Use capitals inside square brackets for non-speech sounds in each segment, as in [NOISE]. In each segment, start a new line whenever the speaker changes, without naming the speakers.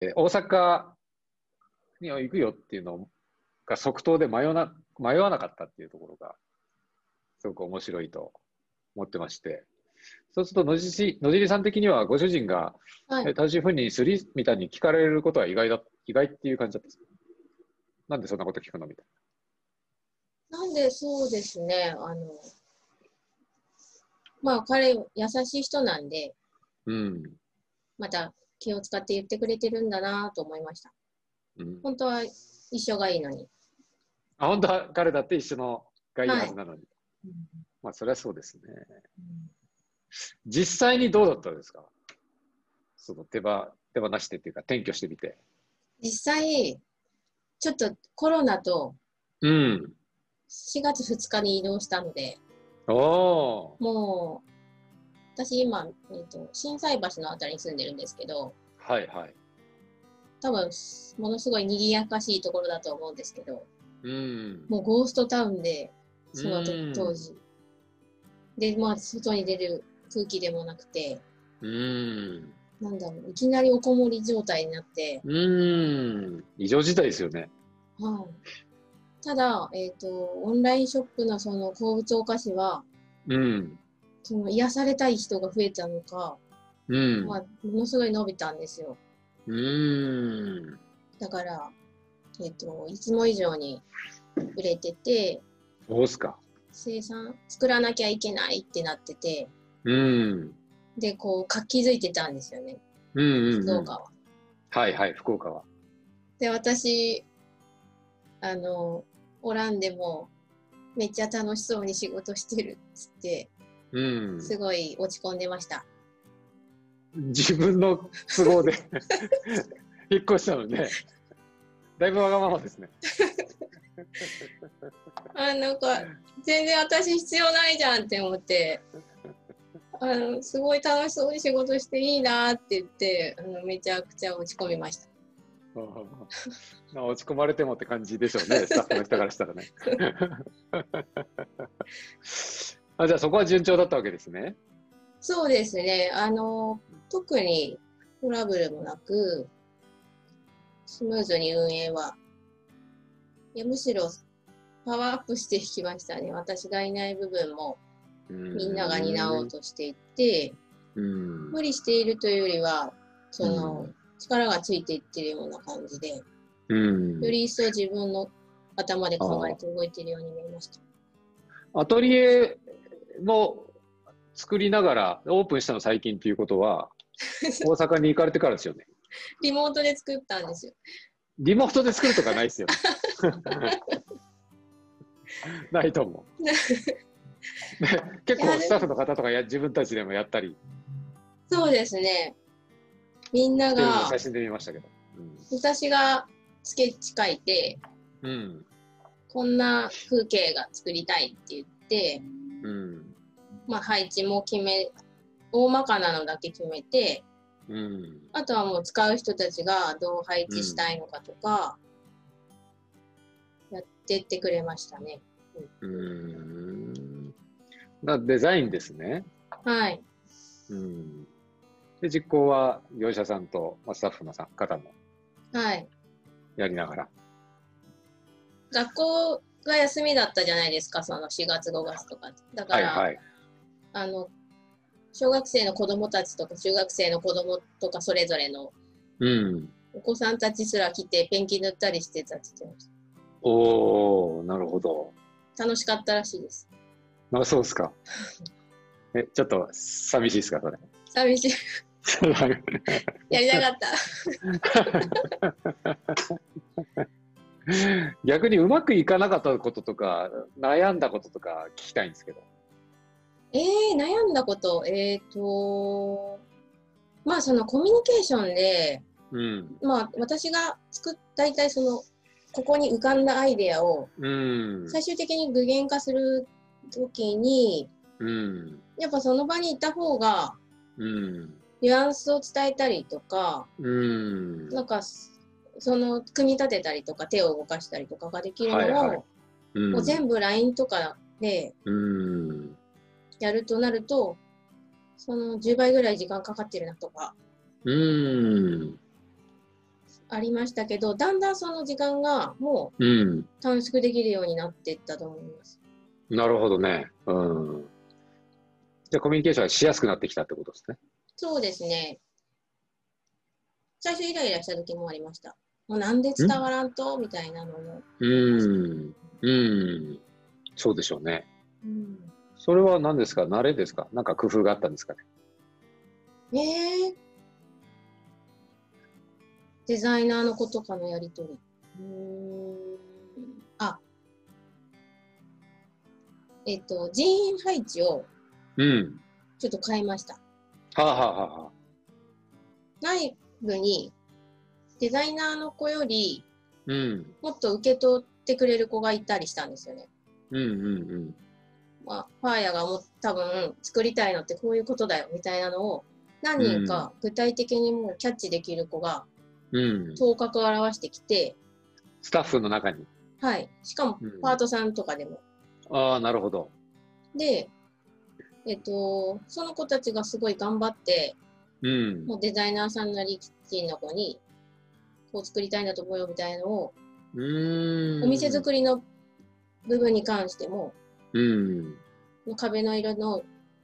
で大阪に行くよっていうのが即答で迷わな迷わなかったっていうところが、すごく面白いと思ってまして、そうすると野尻、野尻さん的にはご主人が、
はい
え単身赴任するみたいに聞かれることは意外だ、意外っていう感じだったんですかなんでそんなこと聞くのみたい
なんでそうですね、あの、まあ彼、優しい人なんで、
な。うん。
また気を使って言ってくれてるんだなと思いました。
うん、
本当は一緒がいいのに。
あ本当は彼だって一緒のがいいはずなのに。まあ、それはそうですね。実際にどうだったんですかその手ば手放してっていうか、転居してみて。
実際、ちょっとコロナと
うん。
4月2日に移動したので、
おお
もう、私今、えっと心斎橋のあたりに住んでるんですけど、
ー。はいはい。
多分、ものすごい賑やかしいところだと思うんですけど、
うん。
もうゴーストタウンで、その
うん
時当時。で、まあ、外に出る空気でもなくて、
うん。
なんだろう、いきなりおこもり状態になって、
うん。異常事態ですよね。
はい。ただ、えっ、と、オンラインショップのその好物お菓子は、
うん。
その癒されたい人が増えたのか、
うん
ま。あ、ものすごい伸びたんですよ。
うん。
だから、えっ、と、いつも以上に売れてて、
そうっすか。
生産、作らなきゃいけないってなってて、
うん。
で、こう、活気づいてたんですよね、
うんうん、
静
うん。
岡は。
はいはい、福岡は。
で、私、あの、おらんでも、めっちゃ楽しそうに仕事してるっつって、
うん。
すごい落ち込んでました。
自分の都合で [LAUGHS] 引っ越したのね。だいぶわがままですね。
あなんか全然私必要ないじゃんって思ってあのすごい楽しそうに仕事していいなって言ってあのめちゃくちゃ落ち込みました
まあ落ち込まれてもって感じでしょ
[LAUGHS]
うね、スタッフの人からしたらね。 [LAUGHS] あじゃあそこは順調だったわけですね。
そうですねあの特にトラブルもなくスムーズに運営はいやむしろパワーアップしていきましたね私がいない部分もみ
み
んなが担おう。としていて
うん
無理しているというよりはその、
うん
力がついていってるような感じで
うん
より一層自分の頭で考えて動いてるように見えました。
アトリエも作りながらオープンしたの最近ということは大阪に行かれてからですよね。
リモートで作ったんですよ。
リモートで作るとかないですよ。ないと思う。ね結構スタッフの方とかや自分たちでもやったり
そうですね。みんな
っていうのを
が
写、真で見ましたけど。
私がスケッチ書いて、
うん。
こんな風景が作りたいって言って、
うん。
まあ配置も決め、大まかなのだけ決めて、
うん。
あとはもう使う人たちがどう配置したいのかとか、やってってくれましたね。
うん。なデザインですね。
はい。
うん。で、実行は業者さんとまあスタッフのさん方も
はい。
やりながら。
学校が休みだったじゃないですか、その4月、5月とか。だか
はい
ら、
はい。
あの小学生の子供たちとか、中学生の子供とか、それぞれの
うん。
お子さんたちすら来て、ペンキ塗ったりしてたって言ってまし
おおなるほど。
た。楽しかったらしいです。
あ、そうですか。え、ちょっと寂しいですか、それ。[LAUGHS]
寂しい。やりたかった。
逆にうまくいかなかったこととか、悩んだこととか聞きたいんですけど。
えー、悩んだこと、えっ、ー、と、まあ、そのコミュニケーションで、
うん。
まあ、私が作っ大体その、ここに浮かんだアイデアを
うん。
最終的に具現化するときに、
うん。
やっぱその場にいた方が
うん。
ニュアンスを伝えたりとか、
うん。
なんかそその組み立てたりとか手を動かしたりとかができるのを、
はいはいうん
もう全部 LINE とかで
うん。
やるとなるとその10倍ぐらい時間かかってるなとか
うん。
ありましたけど、だんだんその時間がも
うん。
う短縮できるようになっていったと思います。
なるほどね。うん。じゃあコミュニケーションがしやすくなってきたってことですね。
そうですね。最初イライラした時もありました。もうなんで伝わらんとみたいなのも。
うん。うん。そうでしょうね。
うん
それは何ですか慣れですかなんか工夫があったんですかね
ええデザイナーの子とかのやりとり。うーんあ。えっ、と、人員配置を
うん。
ちょっと変えました。
はあ、はあはあはあ、
内部にデザイナーの子より
うん。
もっと受け取ってくれる子がいたりしたんですよね。
うんうんうん。
まあ、ファーヤがもう多分作りたいのってこういうことだよみたいなのを何人か具体的にもうキャッチできる子が
うん、
頭角を現してきて、
スタッフの中に。
はい。しかも
うん
パートさんとかでも。
ああ、なるほど。
で、えっと、その子たちがすごい頑張って、
うん。
もうデザイナーさんなりキッチンの子に、こう作りたいんだと思うよみたいなのを、
うーん。
お店作りの部分に関しても、
うん。
壁の色の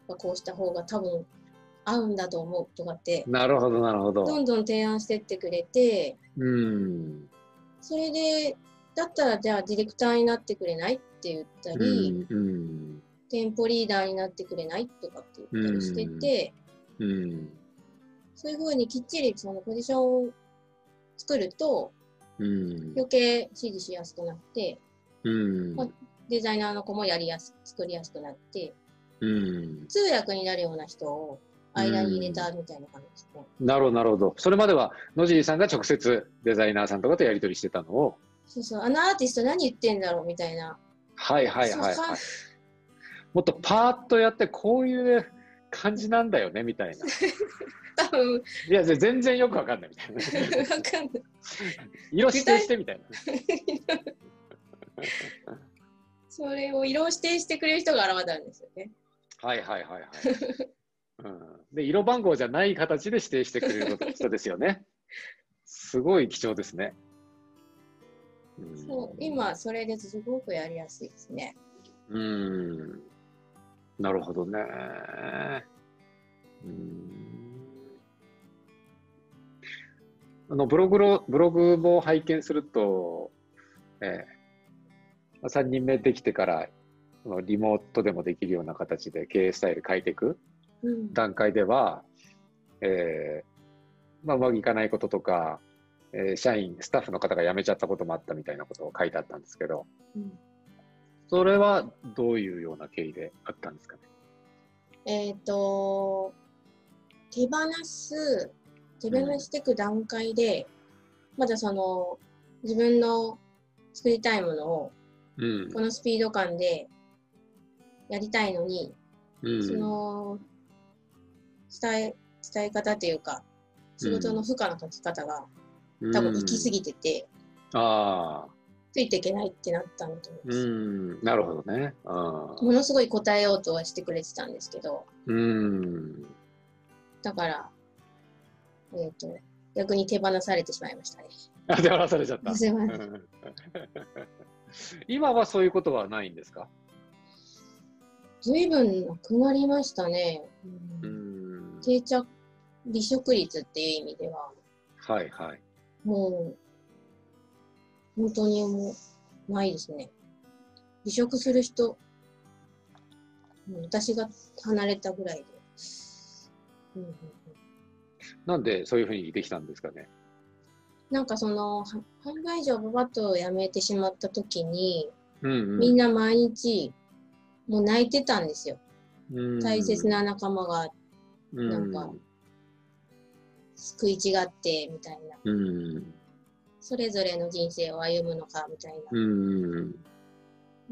はこうした方が多分合うんだと思うとかって、
なるほど、なるほ
ど
ど。
んどん提案してってくれて、
うん。
それで、だったらじゃあディレクターになってくれないって言った
う
り、
ん。うん。
店舗リーダーになってくれないとかって言ったりしてて、
うん。
そういうふうにきっちりそのポジションを作ると
うん。
余計指示しやすくなって
うん。
デザイナーの子もやりやす作りやすくなって
うん。
通訳になるような人を間に入れたみたいな感じですね。
なるほど、なるほど。それまでは、野尻さんが直接デザイナーさんとかとやり取りしてたのを、
そうそうあのアーティスト何言ってんだろうみたいな、
はいはい
そう
はい、
か
はい。もっとパーッとやって、こういう感じなんだよね、みたいな。い
多分
や、じゃあ全然よくわかんないみたいな。
[LAUGHS] わかんない
色指定してみたいな。
それを色を指定してくれる人が現れたんですよね。
はいはいはいはい。うん、で色番号じゃない形で指定してくれる人ですよね。すごい貴重ですね。うん
そう今それですごくやりやすいですね。
うん。なるほどね。うん。あのブログのブログも拝見すると、えー、3人目できてからあのリモートでもできるような形で経営スタイル変えていく。
うん、
段階では、えーまあ、うまくいかないこととか、えー社員、スタッフの方が辞めちゃったこともあったみたいなことを書いてあったんですけど、
うん
それはどういうような経緯であったんですかね。
えっ、と、手放す、手放していく段階で、まだその、自分の作りたいものを、
うん
このスピード感でやりたいのに、
うん
その、伝え、伝え方というか、仕事の負荷のかけ方が多分行き過
ぎ
ぎてて、
ああ、
ついていけないってなったんだと思いま
う
す。
ん、なるほどね。あー
ものすごい答えようとはしてくれてたんですけど、
うん、
だから、えっ、と、逆に手放されてしまいましたね。
あ、手放されちゃった。
すいま
う
せん
ん今はそういうことはないんですか
ずいぶんなくなりましたね。
うん、
定着、離職率っていう意味では、
はいはい。
もう、本当にもう、ないですね。離職する人、うん私が離れたぐらいで。うんうんうん、
なんでそういうふうにできたんですかね。
なんかその、は販売所をババッと辞めてしまった時に、
うんうん、
みんな毎日、もう泣いてたんですよ。
うん
大切な仲間がなんか食い違ってみたいな
うん
それぞれの人生を歩むのかみたいな、
うん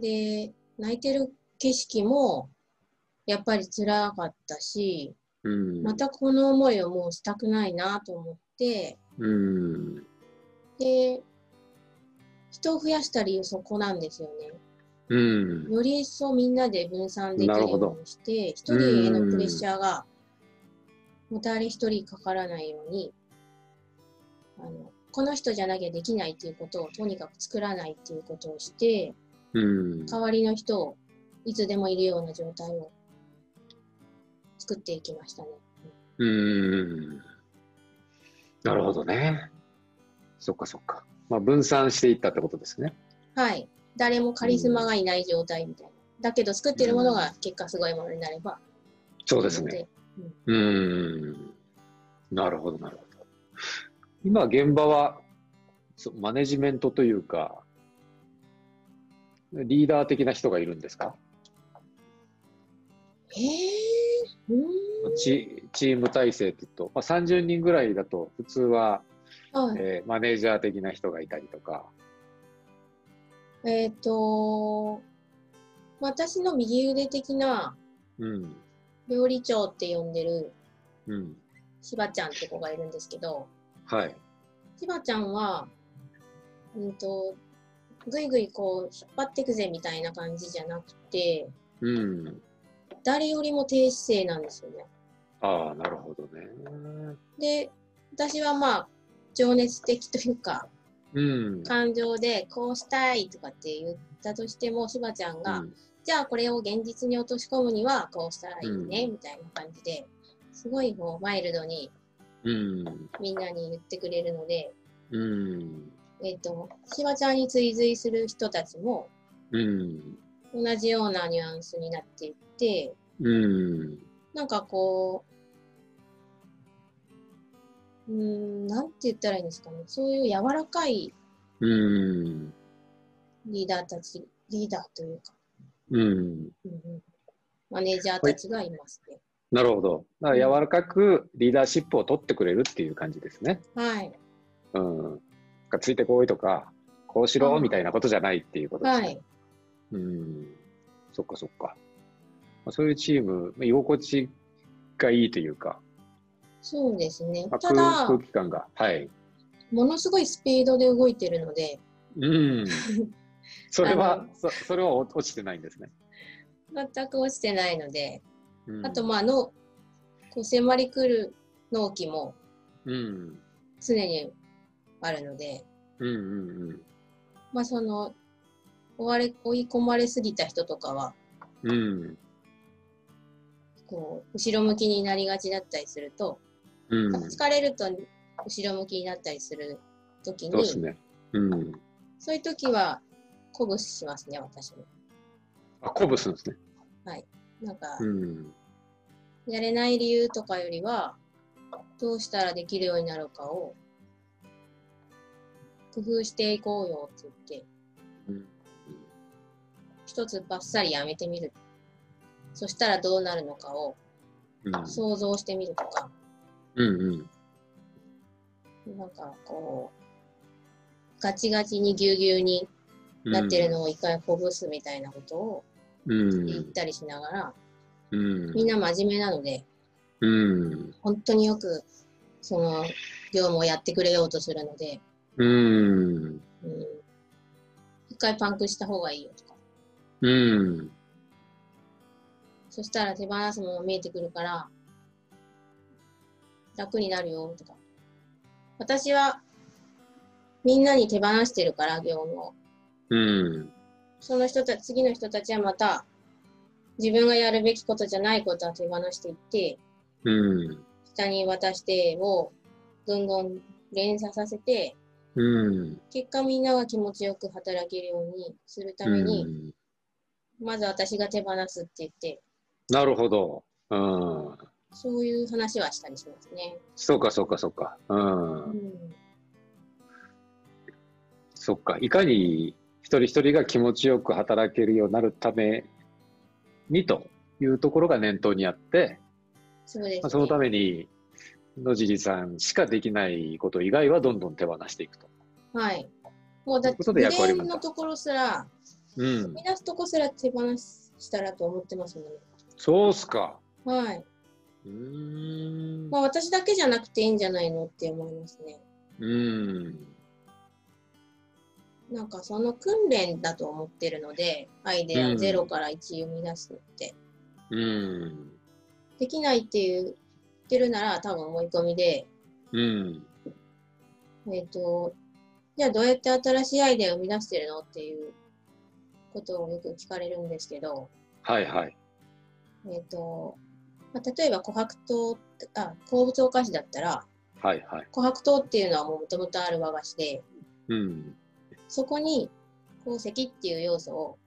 で泣いてる景色もやっぱり辛かったし
うん
またこの思いをもうしたくないなと思って
うん
で人を増やした理由そこなんですよね。
うん
より一層みんなで分散できる
なるほど
ようにして、一人へのプレッシャーが、もたれ一人かからないように、あの、この人じゃなきゃできないっていうことをとにかく作らないっていうことをして
うん。
代わりの人をいつでもいるような状態を作っていきましたね。
うん。なるほどね。そっかそっか。まあ、分散していったってことですね。
はい。誰もカリスマがいない状態みたいな。だけど作ってるものが結果すごいものになれば。
そうですね。。うん。なるほど、なるほど。今、現場は、そマネジメントというか、リーダー的な人がいるんですか
えー、う
チチーム体制って言うと、まあ、30人ぐらいだと、普通は、
ーん。はい。
えーマネージャー的な人がいたりとか、
えっ、と、私の右腕的な
うん、
料理長って呼んでる
うん、
しばちゃんって子がいるんですけど、
はい。
しばちゃんは、うんと、ぐいぐいこう引っ張ってくぜみたいな感じじゃなくて、
うん。
誰よりも低姿勢なんですよね。
ああ、なるほどね。
で、私はまあ、情熱的というか、
うん。
感情でこうしたいとかって言ったとしても、しばちゃんが、
うん
じゃあこれを現実に落とし込むにはこうしたらいいね、
う
みたいな感じで、すごいこうマイルドに
うん。
みんなに言ってくれるので、
うん。
えっ、と、しばちゃんに追随する人たちも
うん。
同じようなニュアンスになっていって、
うん。
なんかこう、うーん、なんて言ったらいいんですかね。そういう柔らかい
うん。
リーダーたち、リーダーというか、
うん。
うんうんマネージャーたちがいますね。
なるほど。だから柔らかくリーダーシップを取ってくれるっていう感じですね。
はい。
うん。なんかついてこいとか、こうしろ
うん
みたいなことじゃないっていうことですね。
はい。
うん。そっかそっか。まあそういうチーム、まあ居心地がいいというか、
そうですね
まあ。
た
空
だ、
空気感が。はい。
ものすごいスピードで動いてるので、
うん。それ
あ
は
の、
そそれは落落ちてないんですね。
全く落ちてないので、
うん
あと、まあ、の、こう迫り来る納期も
うん。
常にあるので、
うんうん
まあ、その、追われ、追い込まれすぎた人とかは、
うん。うん。
こう、後ろ向きになりがちだったりすると、
うん。
疲れると後ろ向きになったりするとき
そう
に、
ですね。うん。
そういう時は鼓舞しますね、私も。
あ、鼓舞するんですね。
なんか、
うん。
やれない理由とかよりは、どうしたらできるようになるかを、工夫していこうよって言って、
うん
一つバッサリやめてみる。そしたらどうなるのかを
うん。
想像してみるとか、
うんうん。
なんかこう、ガチガチにぎゅうぎゅうになってるのを一回ほぐすみたいなことを
うん。
言ったりしながら、
うん。
みんな真面目なので、
うん。
本当によく、その、業務をやってくれようとするので、
うん。
うん一回パンクした方がいいよとか。
うん。
そしたら手放すもの見えてくるから、楽になるよとか。私は、みんなに手放してるから、業務を。
うん。
その人たち、次の人たちはまた、自分がやるべきことじゃないことは手放していって、
うん。
下に渡してを、どんどん連鎖させて、
うん。
結果みんなが気持ちよく働けるようにするために、まず私が手放すって言って、
なるほど。うん。
そういう話はしたりしますね。
そうか、そうか、そうか。うん。
うん、
そっか。いかに一人一人が気持ちよく働けるようになるためにというところが念頭にあって、
そうです、ね
まあ、そのために野尻さんしかできないこと以外はどんどん手放していくと。
はい。もうだっ
というこ
て、
と
ブ
で
レ
役割
ー
分
ン
担
のところすら、
うん
踏み。出すとこすら手放したらと思ってますもんね。
そうっすか。
はい。
うーん
ま。あ私だけじゃなくていいんじゃないのって思いますね。
うん。
なんかその訓練だと思ってるので、アイデアを0から1生み出すって。
うん。
できないって言ってるなら多分思い込みで、
うん。
えっ、と、じゃあどうやって新しいアイデアを生み出してるのっていうことをよく聞かれるんですけど、
はいはい。
えっ、と、まあ、例えば琥珀糖、あ、鉱物お菓子だったら、
はいはい。
琥珀糖っていうのはもともとある和菓子で、
うん。
そこに鉱石っていう要素を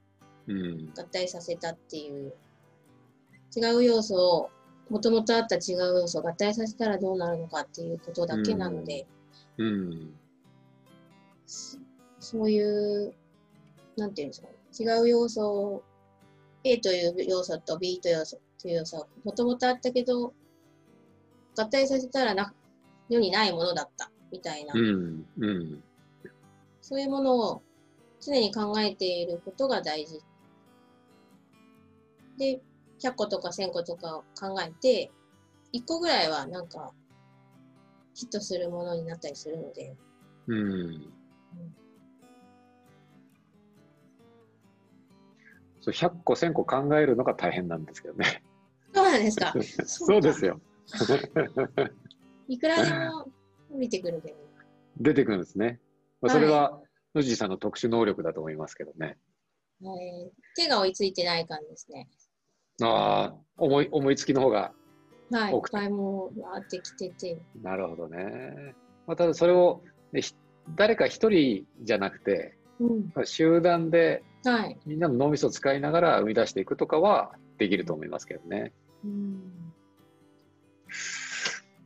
うん。
合体させたっていう、違う要素を、もともとあった違う要素を合体させたらどうなるのかっていうことだけなので、
うん。
そそういう、なんていうんですかね、違う要素を、A という要素と B という要素という要素はもともとあったけど、合体させたらな世にないものだったみたいな、
うん。うん。
そういうものを常に考えていることが大事。で、100個とか1000個とかを考えて、1個ぐらいはなんかヒットするものになったりするので、
うん。そう100個1000個考えるのが大変なんですけどね。。
そうなんですか
[LAUGHS] そうですよ。
いくらでも見てくるけど。
出てくるんですね。まあ、それは野尻さんの特殊能力だと思いますけどね。
えー手が追いついてない感じですね。
ああ、思い思いつきの方が。
はい、いっ
奥手
ぱいもうわーってきてて。
なるほどね。まあ、ただそれをねひ誰か一人じゃなくて、
うん。
集団で
はい。
みんなの脳みそを使いながら生み出していくとかはできると思いますけどね。
うん。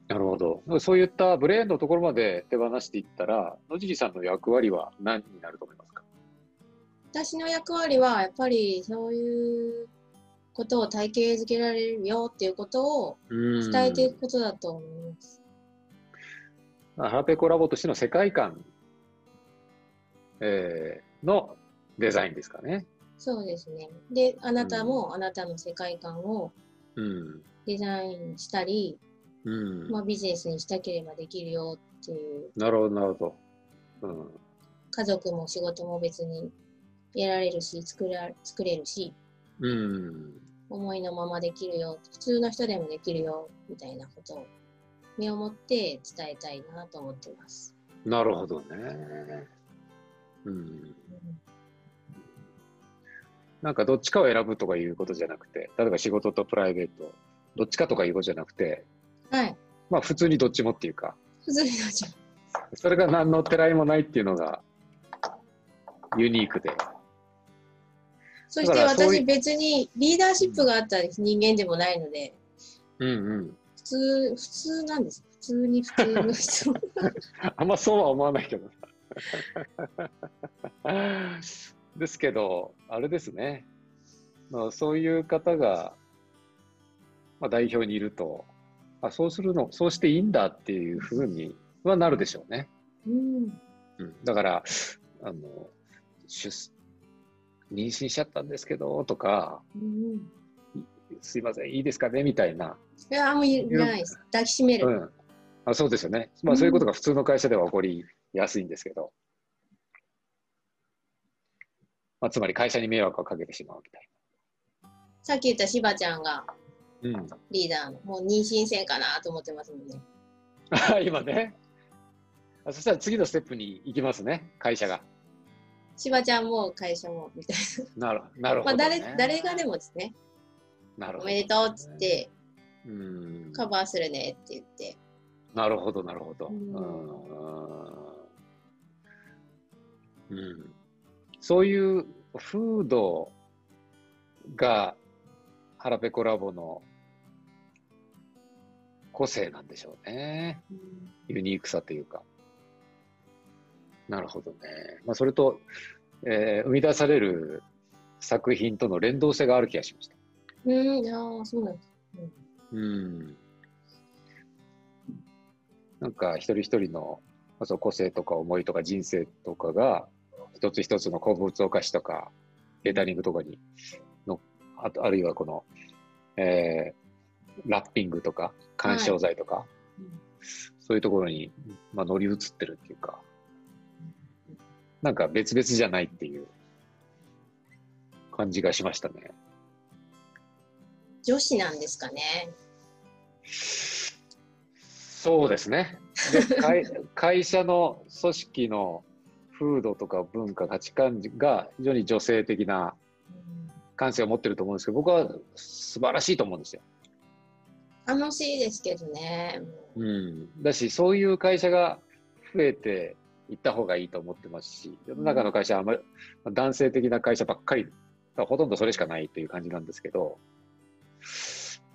なるほど。そういったブレーンのところまで手放していったら、野尻さんの役割は何になると思いますか
私の役割は、やっぱりそういうことを体系づけられるよっていうことを伝えていくことだと思います。
ハラペコラボとしての世界観、えーのデザインですかね。
そうですね。で、あなたもあなたの世界観を
うん。
デザインしたり、
うん。
まあ、ビジネスにしたければできるよっていう、
なるほど、なるほど。うん。
家族も仕事も別に得られるし、作ら作れるし、
うん。
思いのままできるよ普通の人でもできるよみたいなことを身をもって伝えたいなと思ってます。
なるほどね。うん。なんかどっちかを選ぶとかいうことじゃなくて、例えば仕事とプライベート、どっちかとかいうことじゃなくて、
はい。
まあ普通にどっちもっていうか、
普通になっちゃ
それが何のてらいもないっていうのがユニークで。
う。そして
だからそうい
私別にリーダーシップがあった人間でもないので、
うんうん。
普通、普通なんです。普通に普通の人。
あんまそうは思わないけど。ですけど、あれですね。まあ、そういう方が、まあ、代表にいると、あ、そうするの、そうしていいんだっていうふうにはなるでし [LAUGHS] ょうね。
うん。
うん、だから、あの、出す妊娠しちゃったんですけど、とか、
うん。
すいません、いいですかねみたいな。
いや、もういらないです。抱きしめる。
うん、あそうですよね、まあ、
うん
そういうことが普通の会社では起こりやすいんですけど、まあ、つまり会社に迷惑をかけてしまうみたい
さっき言ったしばちゃんが
な、うん
リーダーの、もう妊娠線かなと思ってますもんね。
あ、 [LAUGHS] 今ねあそしたら次のステップに行きますね会社が
しばちゃんも会社も、みたい
なるなる
な。
ほ
まあ
ど、ね
誰、誰がでもですね、
なる
お
ほど
めでとうっつって、
うん
カバーするねって言って。
なるほどなるほど
う
うんん、うん、そういう風土が腹ペコラボの個性なんでしょうねユニークさというかなるほどね、まあ、それと、えー生み出される作品との連動性がある気がしました
うん、ああ、そうなんです。
うんなんか一人一人のまあそう個性とか思いとか人生とかが一つ一つの鉱物お菓子とかレタリングとかにのあとあるいはこの、えーラッピングとか緩衝材とか、
うん
そういうところに、まあ、乗り移ってるっていうかなんか別々じゃないっていう感じがしましたね。
女子なんですかね。
そうですね。 [LAUGHS] で会会社の組織の風土とか文化、価値観が非常に女性的な
うん
感性を持ってると思うんですけど、僕は素晴らしいと思うんですよ。
楽しいですけどね。
うん、だし、そういう会社が増えていった方がいいと思ってますし、世の中の会社はあんまり男性的な会社ばっかり、ほとんどそれしかないという感じなんですけど、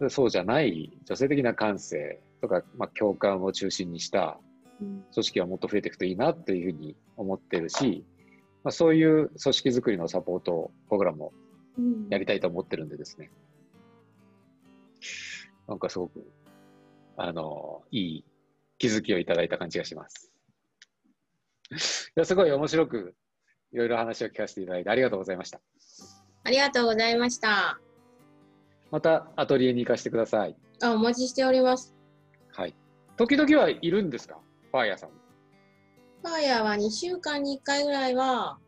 そうじゃない女性的な感性とか、まあ、共感を中心にした
うん
組織はもっと増えていくといいなっていうふうに思ってるし、まあ、そういう組織づくりのサポートを僕らも
うん
やりたいと思ってるんでですね。なんかすごく、あの、いい気づきをいただいた感じがします。いやすごい面白く、いろいろ話を聞かせていただいてありがとうございました。
ありがとうございました。
またアトリエに行かせてください。
あお待ちしております。
はい。時々はいるんですかファーヤさん。
ファーヤーは2週間に1回ぐらいは、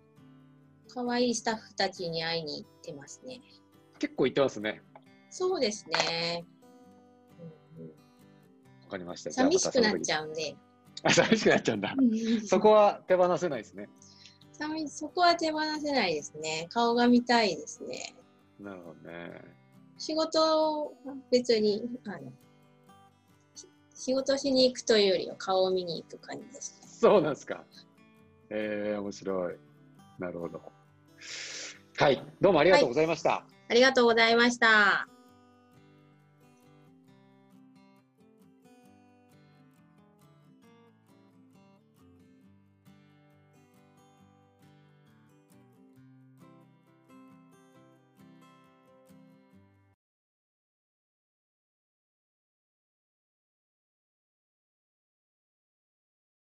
可愛いスタッフたちに会いに行ってますね。
結構行ってますね。
そうですね。うんうん
わかりました。
寂しくなっち
ゃう。
ゃうんで。
あ寂しくなっちゃうんだ。 [LAUGHS] そこは手放せないですね。
寂そこは手放せないですね。顔が見たいですね。
なるほどね。
仕事を別に、あの、し仕事しに行くというよりは顔を見に行く感じですね。
そうなんですか。えー、面白い。なるほど。はい、どうもありがとうございました。
ありがとうございました。